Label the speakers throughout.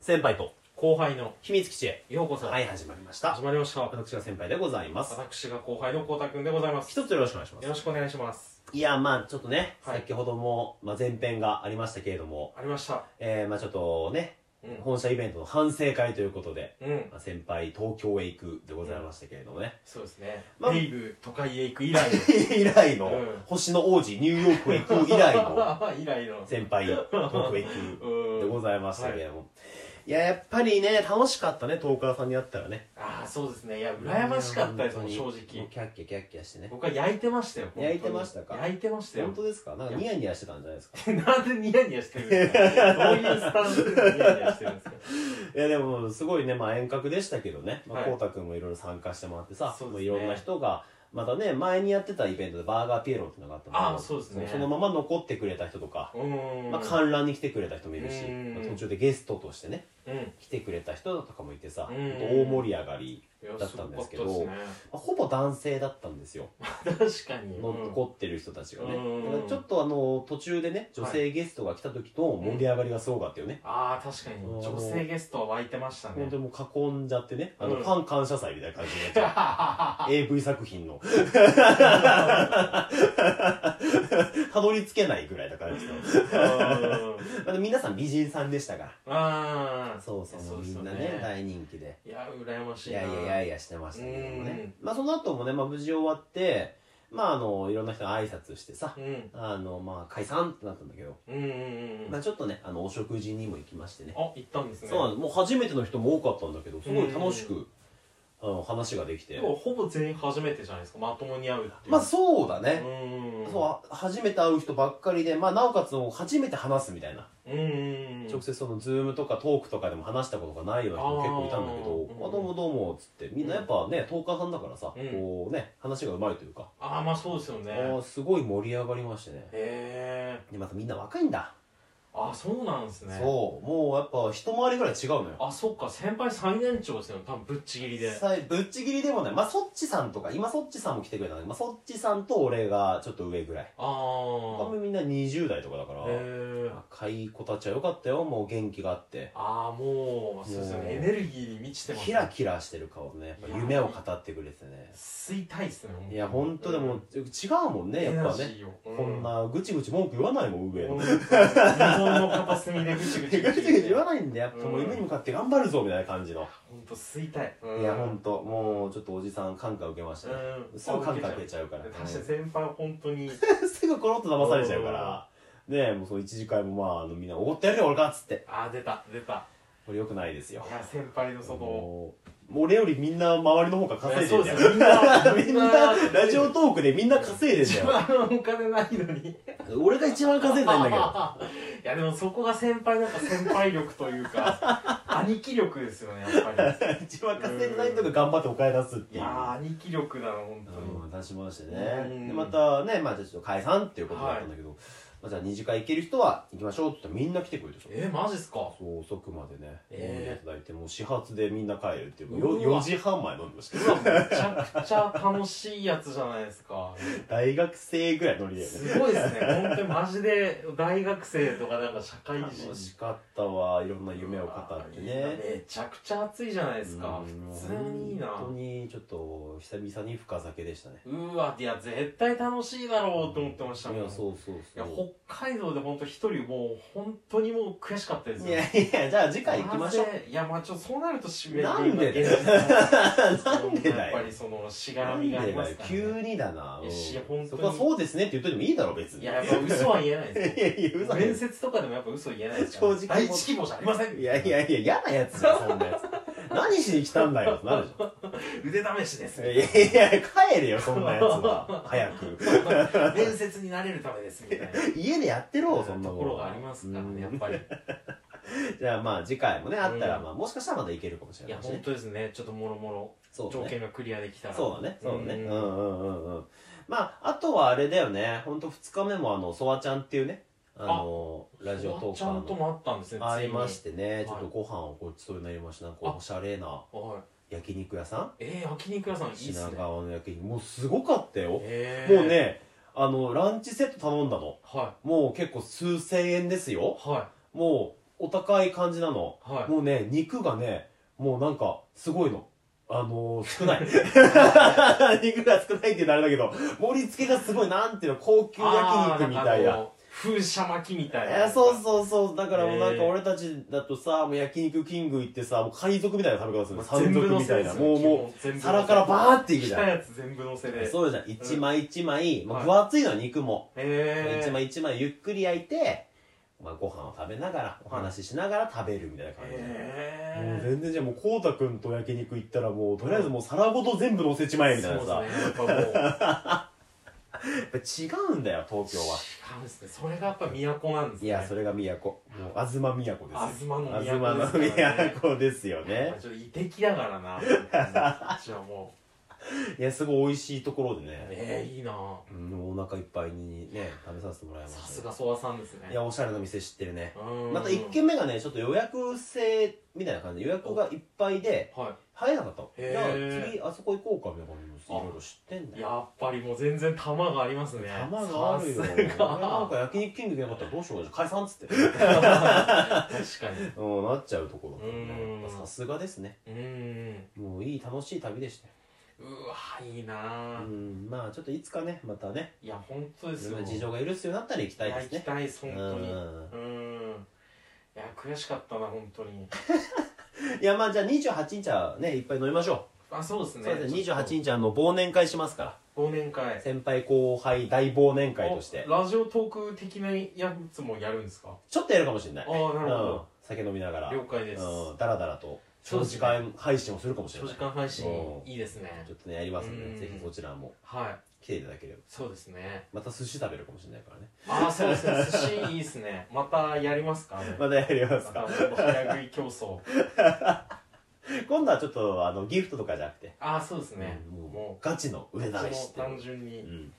Speaker 1: 先輩と
Speaker 2: 後輩の
Speaker 1: 秘密基地へ。
Speaker 2: ようこそ、
Speaker 1: はい、始まりました
Speaker 2: 始。まりました
Speaker 1: 私が先輩でございます。
Speaker 2: 私が後輩のこうたくんでございます
Speaker 1: 一つよろしくお願いしま
Speaker 2: よ
Speaker 1: す。
Speaker 2: ろしくお願いします
Speaker 1: いや、まあちょっとね、
Speaker 2: はい
Speaker 1: 先ほども、まあ前編がありましたけれども、
Speaker 2: ありました
Speaker 1: えー、まあちょっとね、
Speaker 2: うん
Speaker 1: 本社イベントの反省会ということで、
Speaker 2: うん
Speaker 1: まあ、先輩東京へ行くでございましたけれどもね、
Speaker 2: そうですね、
Speaker 1: まあ
Speaker 2: レイブ都会へ行く以来
Speaker 1: 以来の、
Speaker 2: うん
Speaker 1: 星の王子ニューヨークへ行く以来 の
Speaker 2: の 以来の
Speaker 1: 先輩東京へ行
Speaker 2: う
Speaker 1: く
Speaker 2: ー
Speaker 1: で
Speaker 2: ん
Speaker 1: ございましたけれども、い、ややっぱりね楽しかったね東川さんに会ったらね
Speaker 2: ああそうですねいや羨ましかったですもん正
Speaker 1: 本当にも
Speaker 2: 直
Speaker 1: うキャッキャキャッキャしてね
Speaker 2: 僕は焼いてましたよ本当に
Speaker 1: 焼いてましたか
Speaker 2: 焼いてましたよ
Speaker 1: 本当ですかなんかニヤニヤしてたんじゃないですか
Speaker 2: なんでニヤニヤしてるんですかどういうスタンスでニヤニヤしてるんですか
Speaker 1: いやでもすごいねまあ遠隔でしたけどねまあ
Speaker 2: はい
Speaker 1: こうたくんもいろいろ参加してもらってさ
Speaker 2: そう
Speaker 1: も
Speaker 2: です
Speaker 1: う
Speaker 2: ね
Speaker 1: いろんな人がまたね前にやってたイベントでバーガーピエロってのがあったんだけど
Speaker 2: あそうですね
Speaker 1: そのまま残ってくれた人とか
Speaker 2: うーん
Speaker 1: まあ、観覧に来てくれた人もいるし、
Speaker 2: うん
Speaker 1: まあ途中でゲストとしてね
Speaker 2: うんい
Speaker 1: 来てくれた人とかもいてさ、
Speaker 2: うん
Speaker 1: ほんと大盛り上がり、
Speaker 2: や
Speaker 1: だったんですけど
Speaker 2: すごかっ
Speaker 1: まあほぼ男性だったんですよ、
Speaker 2: たですね確かにうん
Speaker 1: 残ってる人たちがね、
Speaker 2: うん
Speaker 1: だからちょっとあの途中でね女性ゲストが来た時の盛り上がりがすごかったよね、
Speaker 2: ああ確かに
Speaker 1: うん
Speaker 2: 女性ゲストは湧いてましたね
Speaker 1: 本 当にもう囲んじゃってねあの
Speaker 2: うん
Speaker 1: ファン感謝祭みたいな感じになっちゃう AV 作品のたどり着けないぐらいだからですよ
Speaker 2: う
Speaker 1: まあでも皆さん美人さんでしたか
Speaker 2: んあ
Speaker 1: ら
Speaker 2: あ
Speaker 1: そうそう
Speaker 2: そうで
Speaker 1: み
Speaker 2: すよ
Speaker 1: ん
Speaker 2: ね
Speaker 1: なね大人気で
Speaker 2: いや羨まし
Speaker 1: い
Speaker 2: いな
Speaker 1: やいやいやいやしてましたけどもね、まあ、その後もね、まあ、無事終わってまああのいろんな人に挨拶してさ
Speaker 2: うん
Speaker 1: あのまあ解散ってなったんだけど、
Speaker 2: うんうんうんうん
Speaker 1: まあ、ちょっとねあのお食事にも行きましてね
Speaker 2: あ行ったんですね
Speaker 1: そうなんですもう初めての人も多かったんだけどすごい楽し
Speaker 2: う
Speaker 1: くあの話ができて
Speaker 2: でもほぼ全員初めてじゃないですかまともに会うっていう
Speaker 1: まあそうだ
Speaker 2: う
Speaker 1: ね、
Speaker 2: ん
Speaker 1: そうあ初めて会う人ばっかりで、まあ、なおかつもう初めて話すみたいな、
Speaker 2: うんうんうん
Speaker 1: 直接そのズームとかトークとかでも話したことがないような人も結構いたんだけど「
Speaker 2: あー
Speaker 1: あどうもどうも」っつってみんなやっぱねトーカーさんだからさ、
Speaker 2: うん
Speaker 1: こうね話がうまいというか
Speaker 2: ああまあそうですよ
Speaker 1: あ
Speaker 2: ね
Speaker 1: ーすごい盛り上がりましてね
Speaker 2: へえ
Speaker 1: でまたみんな若いんだ、
Speaker 2: ああそうなんですね
Speaker 1: そうもうやっぱ一回りぐらい違うのよ
Speaker 2: あそっか先輩最年長ですよ多分ぶっちぎりで
Speaker 1: さぶっちぎりでもないまあそっちさんとか今そっちさんも来てくれたんだけど、まあ、そっちさんと俺がちょっと上ぐらい
Speaker 2: ああ
Speaker 1: 他もみんな20代とかだから
Speaker 2: へえ
Speaker 1: 若い子たちは良かったよもう元気があって
Speaker 2: ああもうそうですよ
Speaker 1: もう
Speaker 2: ねエネルギーに満ちてます
Speaker 1: キラキラしてる顔でねやっぱ夢を語ってくれてね
Speaker 2: 吸いたいっすね
Speaker 1: いや本当でも違うもんね
Speaker 2: エ
Speaker 1: やっ
Speaker 2: ナ
Speaker 1: ぱ
Speaker 2: ジ
Speaker 1: ね
Speaker 2: ーを
Speaker 1: こんなぐちぐち文句言わないもん上
Speaker 2: うん
Speaker 1: の
Speaker 2: 日本の 片隅でぐちぐ
Speaker 1: ぐ
Speaker 2: ち
Speaker 1: ちぐち言わないんでやっぱもう
Speaker 2: うん
Speaker 1: 夢に向かって頑張るぞみたいな感じの
Speaker 2: 本当吸いたい
Speaker 1: いや本当もうちょっとおじさん感化受けましたね
Speaker 2: うん
Speaker 1: すぐ感化受けちゃうから
Speaker 2: 確かに先輩は本当に
Speaker 1: すぐコロッと騙されちゃうから、ねえ、もうその一次会もまあ、あのみんな、おごってやるよ、俺がっつって。
Speaker 2: ああ出た出た
Speaker 1: これ良くないですよ
Speaker 2: い。や先輩のその
Speaker 1: もう、もう俺よりみんな周りの方が稼いで
Speaker 2: そ
Speaker 1: る
Speaker 2: う
Speaker 1: じ
Speaker 2: で
Speaker 1: ゃん
Speaker 2: すよみんな
Speaker 1: みんな、ラジオトークでみんな稼いでんだ
Speaker 2: 一
Speaker 1: よ。
Speaker 2: 番お金ないのに
Speaker 1: 俺が一番稼いでんだけど。
Speaker 2: いやでもそこが先輩なんか先輩力というか兄貴力ですよねやっぱ り
Speaker 1: 一番稼いでない人が頑張ってお金出すっ
Speaker 2: い
Speaker 1: ていう
Speaker 2: や。ー兄貴力だな本当に
Speaker 1: うん、出しまして
Speaker 2: う
Speaker 1: ね。
Speaker 2: ん
Speaker 1: で、またね、まあじゃあちょっと解散っていうことだったんだけど、まあじゃあ二次会行ける人は行きましょうって言ったらみんな来てくれてさ。
Speaker 2: えマジっすか
Speaker 1: そう遅くまでね、
Speaker 2: え
Speaker 1: 飲
Speaker 2: ー
Speaker 1: んでいただいてもう始発でみんな帰るっていう
Speaker 2: うわ
Speaker 1: よ4時半前飲んでました
Speaker 2: うわめちゃくちゃ楽しいやつじゃないですか
Speaker 1: 大学生ぐらいのノリだよね
Speaker 2: すごいですね本当にマジで大学生とかなんか社会人
Speaker 1: 楽しかったわいろんな夢を語って
Speaker 2: うわいい
Speaker 1: ね
Speaker 2: なめちゃくちゃ熱いじゃないですか
Speaker 1: うん
Speaker 2: 普通にいいな
Speaker 1: 本当にちょっと久々に深酒でしたね
Speaker 2: うわいや絶対楽しいだろうと思ってましたもん
Speaker 1: いやそうそう
Speaker 2: い
Speaker 1: そ
Speaker 2: や
Speaker 1: う
Speaker 2: 北海道で本当一人もう本当にもう悔しかったです
Speaker 1: いやい やじゃあ次回行きましょう
Speaker 2: なぜいやまあちょっとそうなると締め
Speaker 1: なんでだよなんでだ
Speaker 2: やっ
Speaker 1: よ
Speaker 2: ぱりそのしが
Speaker 1: な
Speaker 2: ら
Speaker 1: ん
Speaker 2: み
Speaker 1: で
Speaker 2: があ
Speaker 1: だ
Speaker 2: りま
Speaker 1: よ
Speaker 2: すから、ね、
Speaker 1: 急にだなうん
Speaker 2: いやし本当に
Speaker 1: そこはそうですねって言っといてもいいだろ別に
Speaker 2: いややっぱ嘘は言えないです
Speaker 1: いやいや嘘だよ
Speaker 2: 面接とかでもやっぱ嘘言えないですから
Speaker 1: 正直
Speaker 2: 第一希望じゃありません
Speaker 1: いやいやいや嫌なやつだよそんな やつ何しに来たんだよってなるじゃん
Speaker 2: 腕試しです
Speaker 1: いやいや帰れよそんなやつは早く
Speaker 2: 面接になれるためですみたいな
Speaker 1: 家でやってろそんな
Speaker 2: と
Speaker 1: もん
Speaker 2: ころがありますから
Speaker 1: うん
Speaker 2: ねやっぱり
Speaker 1: じゃあまあ次回もねあったら、
Speaker 2: うん
Speaker 1: まあ、もしかしたらまだいけるかもし
Speaker 2: い
Speaker 1: れ
Speaker 2: や
Speaker 1: ないし
Speaker 2: 本
Speaker 1: ね
Speaker 2: 当ですねちょっともろも
Speaker 1: そ
Speaker 2: ろ
Speaker 1: うだ
Speaker 2: 条
Speaker 1: ね
Speaker 2: 件がクリアできたら
Speaker 1: そうだねそうだねうんんうんうんうんまああとはあれだよね本当2日目もあのソワちゃんっていうねあのラジオトー
Speaker 2: ちゃん
Speaker 1: ク
Speaker 2: と
Speaker 1: の
Speaker 2: もあったんですね
Speaker 1: 会いましててね
Speaker 2: い
Speaker 1: ちょっとご飯をごちそうになりましたなんか
Speaker 2: あ
Speaker 1: おしゃれな
Speaker 2: はい
Speaker 1: 焼肉屋さん
Speaker 2: えー、焼肉屋さんいいっ
Speaker 1: 品
Speaker 2: すね
Speaker 1: 川の焼肉もうすごかったよ、
Speaker 2: え
Speaker 1: もうねあのランチセット頼んだの
Speaker 2: は
Speaker 1: もう結構数千円ですよ
Speaker 2: いは
Speaker 1: もうお高い感じなの、
Speaker 2: はい
Speaker 1: もうね肉がねもうなんかすごいのあのー、少ない 肉が少ないって言うとあれだけど盛り付けがすごいなんていうの高級焼肉みたい
Speaker 2: あーんか
Speaker 1: な
Speaker 2: あの風車巻きみたい
Speaker 1: え
Speaker 2: な
Speaker 1: ー、そうそうそうだからもうなん
Speaker 2: へ
Speaker 1: か
Speaker 2: ー
Speaker 1: 俺たちだとさもう焼肉キング行ってさもう海賊みたいな食べ方するの山
Speaker 2: 全部
Speaker 1: 賊み
Speaker 2: の
Speaker 1: た
Speaker 2: せ
Speaker 1: い
Speaker 2: で
Speaker 1: な
Speaker 2: す
Speaker 1: もうもう皿からバーっていく
Speaker 2: 来
Speaker 1: じ
Speaker 2: た
Speaker 1: ゃん
Speaker 2: やつ全部のせで
Speaker 1: そうじゃん一枚一枚、ま
Speaker 2: は
Speaker 1: あ、
Speaker 2: い
Speaker 1: 分厚いのは肉も、
Speaker 2: えー、
Speaker 1: 一枚一枚ゆっくり焼いて、まあ、ご飯を食べながらお話ししながら食べるみたいな感じで、もう
Speaker 2: え
Speaker 1: 全然じゃあもうこうたくんと焼肉行ったらもうとりあえずもう皿ごと全部乗せちまえみたいなさ、
Speaker 2: そうですねやっぱもう
Speaker 1: やっぱ違うんだよ東京は
Speaker 2: 違うんですねそれがやっぱ都なんです
Speaker 1: い
Speaker 2: ね
Speaker 1: やそれが都もう東都ですよ
Speaker 2: 東の都です
Speaker 1: 東の都ですよね
Speaker 2: まあちょっと異的だからなこっちはも
Speaker 1: いやすごい美味しいところで
Speaker 2: う
Speaker 1: ね、
Speaker 2: えー、いいなぁ
Speaker 1: うんお腹いっぱいにね食べさせてもらいまし
Speaker 2: さ
Speaker 1: た
Speaker 2: すが曽我さんですね
Speaker 1: いやおしゃれな店知ってるね
Speaker 2: うん
Speaker 1: また1軒目がねちょっと予約制みたいな感じで予約がいっぱいで
Speaker 2: は
Speaker 1: 入らなかったの
Speaker 2: へ
Speaker 1: じ
Speaker 2: ー
Speaker 1: ゃあ次あそこ行こうかみたいな感じでいろいろ知ってんだ
Speaker 2: い
Speaker 1: よ
Speaker 2: やっぱりもう全然玉がありますね
Speaker 1: 玉があるよ
Speaker 2: さ
Speaker 1: 俺
Speaker 2: すが
Speaker 1: なんか焼肉キングでなかったらどうしようかじゃあ解散っつって
Speaker 2: 確かに
Speaker 1: うんなっちゃうところだ
Speaker 2: うん
Speaker 1: ねさすがですね
Speaker 2: うーん
Speaker 1: もういい楽しい旅でしたよ
Speaker 2: うわいいな
Speaker 1: う
Speaker 2: ぁ、
Speaker 1: んまあちょっといつかねまたね
Speaker 2: いや本当です
Speaker 1: いろ
Speaker 2: よ
Speaker 1: んな事情が許すようになったら行きたいです
Speaker 2: や行き
Speaker 1: ね
Speaker 2: たいです本当に
Speaker 1: うん
Speaker 2: うんいや悔しかったな本当に
Speaker 1: いやまあじゃあ28日はねいっぱい飲みましょ
Speaker 2: あそうです
Speaker 1: う
Speaker 2: ね
Speaker 1: そうですね
Speaker 2: ちょっと
Speaker 1: 28日あの忘年会しますから
Speaker 2: 忘年会
Speaker 1: 先輩後輩大忘年会として
Speaker 2: ラジオトーク的なやつもやるんですか
Speaker 1: ちょっとやるかもしれない
Speaker 2: ああなるほ
Speaker 1: うん
Speaker 2: ど、
Speaker 1: 酒飲みながら
Speaker 2: 了解です
Speaker 1: うんダラダラと
Speaker 2: そ
Speaker 1: 長
Speaker 2: うです
Speaker 1: 時
Speaker 2: ね
Speaker 1: 間配信をするかもしれ
Speaker 2: 長
Speaker 1: ない
Speaker 2: 時間配信
Speaker 1: うん
Speaker 2: いいですね
Speaker 1: ちょっとねやりますの
Speaker 2: うん
Speaker 1: でぜひそちらも
Speaker 2: はい
Speaker 1: 来ていただければ
Speaker 2: そうですね
Speaker 1: また寿司食べるかもしれないからね
Speaker 2: ああそうですね寿司いいですねまたやりますか
Speaker 1: またやります
Speaker 2: ま
Speaker 1: か
Speaker 2: たもう早食い競争
Speaker 1: 今度はちょっとあのギフトとかじゃなくて
Speaker 2: ああそうですね
Speaker 1: うんも
Speaker 2: も
Speaker 1: うガチの
Speaker 2: う
Speaker 1: 上試しっていう
Speaker 2: 単純
Speaker 1: う
Speaker 2: に
Speaker 1: ん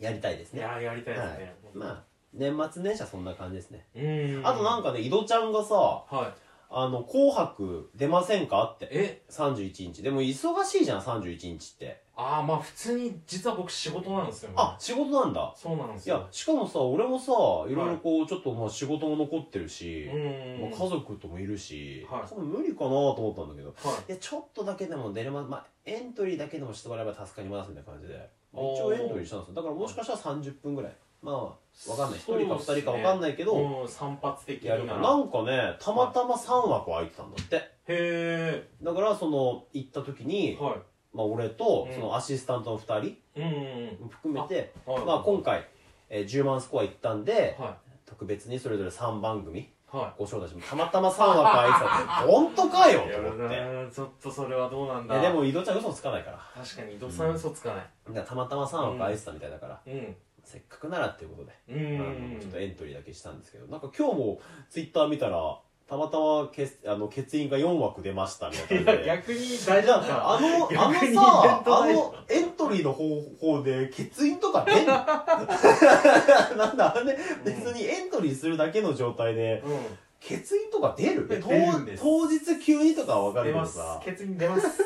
Speaker 1: やりたいです
Speaker 2: い
Speaker 1: ね
Speaker 2: ややりたいです
Speaker 1: は
Speaker 2: ね
Speaker 1: まあ年末年始はそんな感じですね
Speaker 2: うん
Speaker 1: あとなんかね井戸ちゃんがさ
Speaker 2: はい
Speaker 1: 「あの紅白出ませんか?」って
Speaker 2: え
Speaker 1: 31日でも忙しいじゃん31日って
Speaker 2: ああまあ普通に実は僕仕事なんですよね
Speaker 1: あ仕事なんだ
Speaker 2: そうなんです
Speaker 1: い
Speaker 2: よ
Speaker 1: やしかもさ俺もさいろいろこうちょっとまあ仕事も残ってるし、
Speaker 2: うんうんうん
Speaker 1: まあ、家族ともいるし、
Speaker 2: はい
Speaker 1: 多分無理かなと思ったんだけど
Speaker 2: はい
Speaker 1: やちょっとだけでも出れます、まあ、エントリーだけでもしてもらえば助かりますみたいな感じで一
Speaker 2: おー
Speaker 1: 応エントリーしたんですよだからもしかしたら30分ぐらいまあわかんない
Speaker 2: そう
Speaker 1: 1
Speaker 2: っすね
Speaker 1: 人か2人かわかんないけど、
Speaker 2: うん散発的に
Speaker 1: や
Speaker 2: な
Speaker 1: るかららなんかねたまたま3枠空いてたんだって
Speaker 2: へ
Speaker 1: だからその行った時
Speaker 2: え
Speaker 1: に、
Speaker 2: は
Speaker 1: まあ、俺と
Speaker 2: うん
Speaker 1: そのアシスタントの2人
Speaker 2: いうんうん
Speaker 1: 含めて、
Speaker 2: うんはい
Speaker 1: まあ、今回、えー10万スコア行ったんで、
Speaker 2: は
Speaker 1: 特別にそれぞれ3番組
Speaker 2: いは
Speaker 1: ご招待してもたまたま3枠空いてたん で本当かよ
Speaker 2: い
Speaker 1: と思って
Speaker 2: やちょっとそれはどうなん
Speaker 1: いや
Speaker 2: だ
Speaker 1: でも井戸ちゃん嘘つかないから
Speaker 2: 確かに伊藤さん嘘つかない
Speaker 1: だからたまたま3枠空いてたみたいだから、
Speaker 2: うん
Speaker 1: せっかくならっていうことで、
Speaker 2: うん
Speaker 1: あのちょっとエントリーだけしたんですけどなんか今日もツイッター見たらたまたま欠あの欠員が4枠出ましたみたい
Speaker 2: い
Speaker 1: な感
Speaker 2: や
Speaker 1: じで。
Speaker 2: 逆に大丈夫
Speaker 1: あ
Speaker 2: か
Speaker 1: の、あの
Speaker 2: 逆に
Speaker 1: さ、
Speaker 2: イ
Speaker 1: あ
Speaker 2: ベン
Speaker 1: のエントリーの方法で欠員とか出んの なんだ、あれ、別にエントリーするだけの状態で、
Speaker 2: うん
Speaker 1: 欠員とか出る
Speaker 2: 出る
Speaker 1: 当
Speaker 2: んです
Speaker 1: 当日急にとかは分かる
Speaker 2: 出
Speaker 1: け
Speaker 2: ま
Speaker 1: ど
Speaker 2: す
Speaker 1: さ
Speaker 2: 血に出ます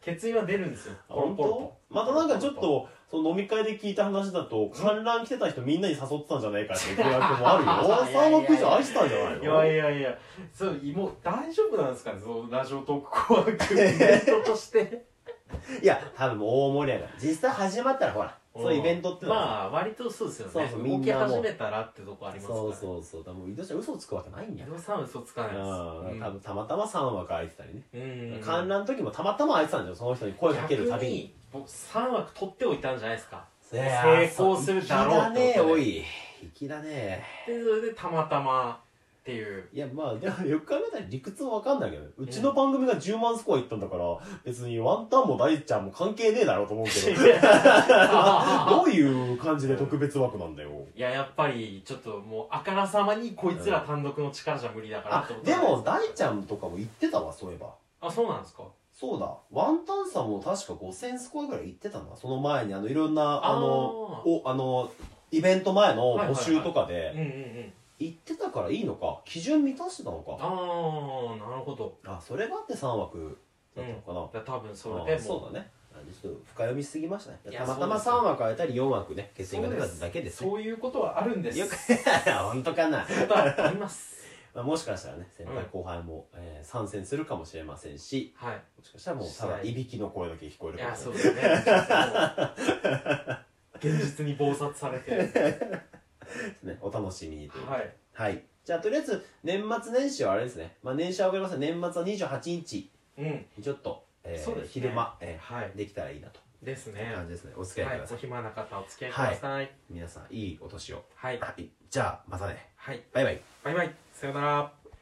Speaker 2: 血印は出るんですよポロ
Speaker 1: 本
Speaker 2: ポロ
Speaker 1: 当またなんかちょっとその飲み会で聞いた話だと観覧来てた人みんなに誘ってたんじゃないかっていう疑惑もあ る
Speaker 2: い
Speaker 1: よ
Speaker 2: やいやいや
Speaker 1: 3枠以上愛してたんじゃないの
Speaker 2: いやいやいやそうもう大丈夫なんですかねそのラジオトーク 怖くイベントとして
Speaker 1: いや多分大盛り上がり実際始まったらほらそういうイベントってのは
Speaker 2: まあ割とそうですよね
Speaker 1: そうそうみ
Speaker 2: 動
Speaker 1: ん
Speaker 2: き
Speaker 1: なもう
Speaker 2: 始めたらってとこありますから
Speaker 1: そう
Speaker 2: う
Speaker 1: そうそうだからもう井戸ちゃん嘘つくわけないんや
Speaker 2: 井戸さん嘘つかないです
Speaker 1: うん
Speaker 2: う
Speaker 1: 多
Speaker 2: ん
Speaker 1: 分たまたま3枠空いてたりね
Speaker 2: うん
Speaker 1: 観覧の時もたまたま空いてたんだよその人に声かけるた
Speaker 2: 逆
Speaker 1: びに
Speaker 2: に僕3枠取っておいたんじゃないですか
Speaker 1: いやー
Speaker 2: 成功するだろう
Speaker 1: 粋だね
Speaker 2: ってこと
Speaker 1: お
Speaker 2: で
Speaker 1: い粋だね
Speaker 2: でそれでたまたまって いう
Speaker 1: いやまあでもよく考えたら理屈は分かんないけどねうちの番組が10万スコアいったんだから別にワンタンも大ちゃんも関係ねえだろうと思うけど どういう感じで特別枠なんだよ
Speaker 2: いややっぱりちょっともうあからさまにこいつら単独の力じゃ無理だからっ
Speaker 1: あ
Speaker 2: てこと
Speaker 1: で
Speaker 2: なんすか
Speaker 1: も大ちゃんとかも言ってたわそういえば
Speaker 2: あそうなんですか
Speaker 1: そうだワンタンさんも確か5000スコアぐらい行ってたんだその前にあのいろんなあの
Speaker 2: あー
Speaker 1: おあのイベント前の募集とか
Speaker 2: うんう
Speaker 1: で
Speaker 2: んうん
Speaker 1: 行ってたからいいのか基準満たしてたの
Speaker 2: あ
Speaker 1: か
Speaker 2: あなるほど
Speaker 1: あそれがあって3枠だったのかな、
Speaker 2: だから多分そ
Speaker 1: あ
Speaker 2: れ
Speaker 1: ー
Speaker 2: でも
Speaker 1: そうだねあちょっと深読みしすぎましたね
Speaker 2: いや
Speaker 1: たまたま
Speaker 2: そうで
Speaker 1: 3
Speaker 2: す
Speaker 1: 枠空いたり4枠ね決戦が出ただけですね
Speaker 2: そういうことはあるんです
Speaker 1: よく 本当かな
Speaker 2: ことはあります
Speaker 1: まあもしかしたらね先輩後輩も、えー参戦するかもしれませんし
Speaker 2: はい
Speaker 1: もしかしたらもうただいびきの声だけ聞こえる
Speaker 2: い
Speaker 1: かも
Speaker 2: や
Speaker 1: し
Speaker 2: そうですね現実に暴殺されて
Speaker 1: れないですねお楽しみにという
Speaker 2: はい
Speaker 1: はいじゃあとりあえず年末年始はあれですね、まあ、年始は分かりません年末は28日
Speaker 2: うん
Speaker 1: ちょっと、えー
Speaker 2: そうですね
Speaker 1: 昼間、え
Speaker 2: はい
Speaker 1: ーできたらいいなと
Speaker 2: です
Speaker 1: い
Speaker 2: ね
Speaker 1: う感じですねお付き合
Speaker 2: はい
Speaker 1: く
Speaker 2: い
Speaker 1: ださ
Speaker 2: お
Speaker 1: い、
Speaker 2: 暇な方お付き合いください
Speaker 1: 皆さんいいお年を
Speaker 2: はい
Speaker 1: はいじゃあまたね
Speaker 2: はい
Speaker 1: バイバイ
Speaker 2: バイバイさよなら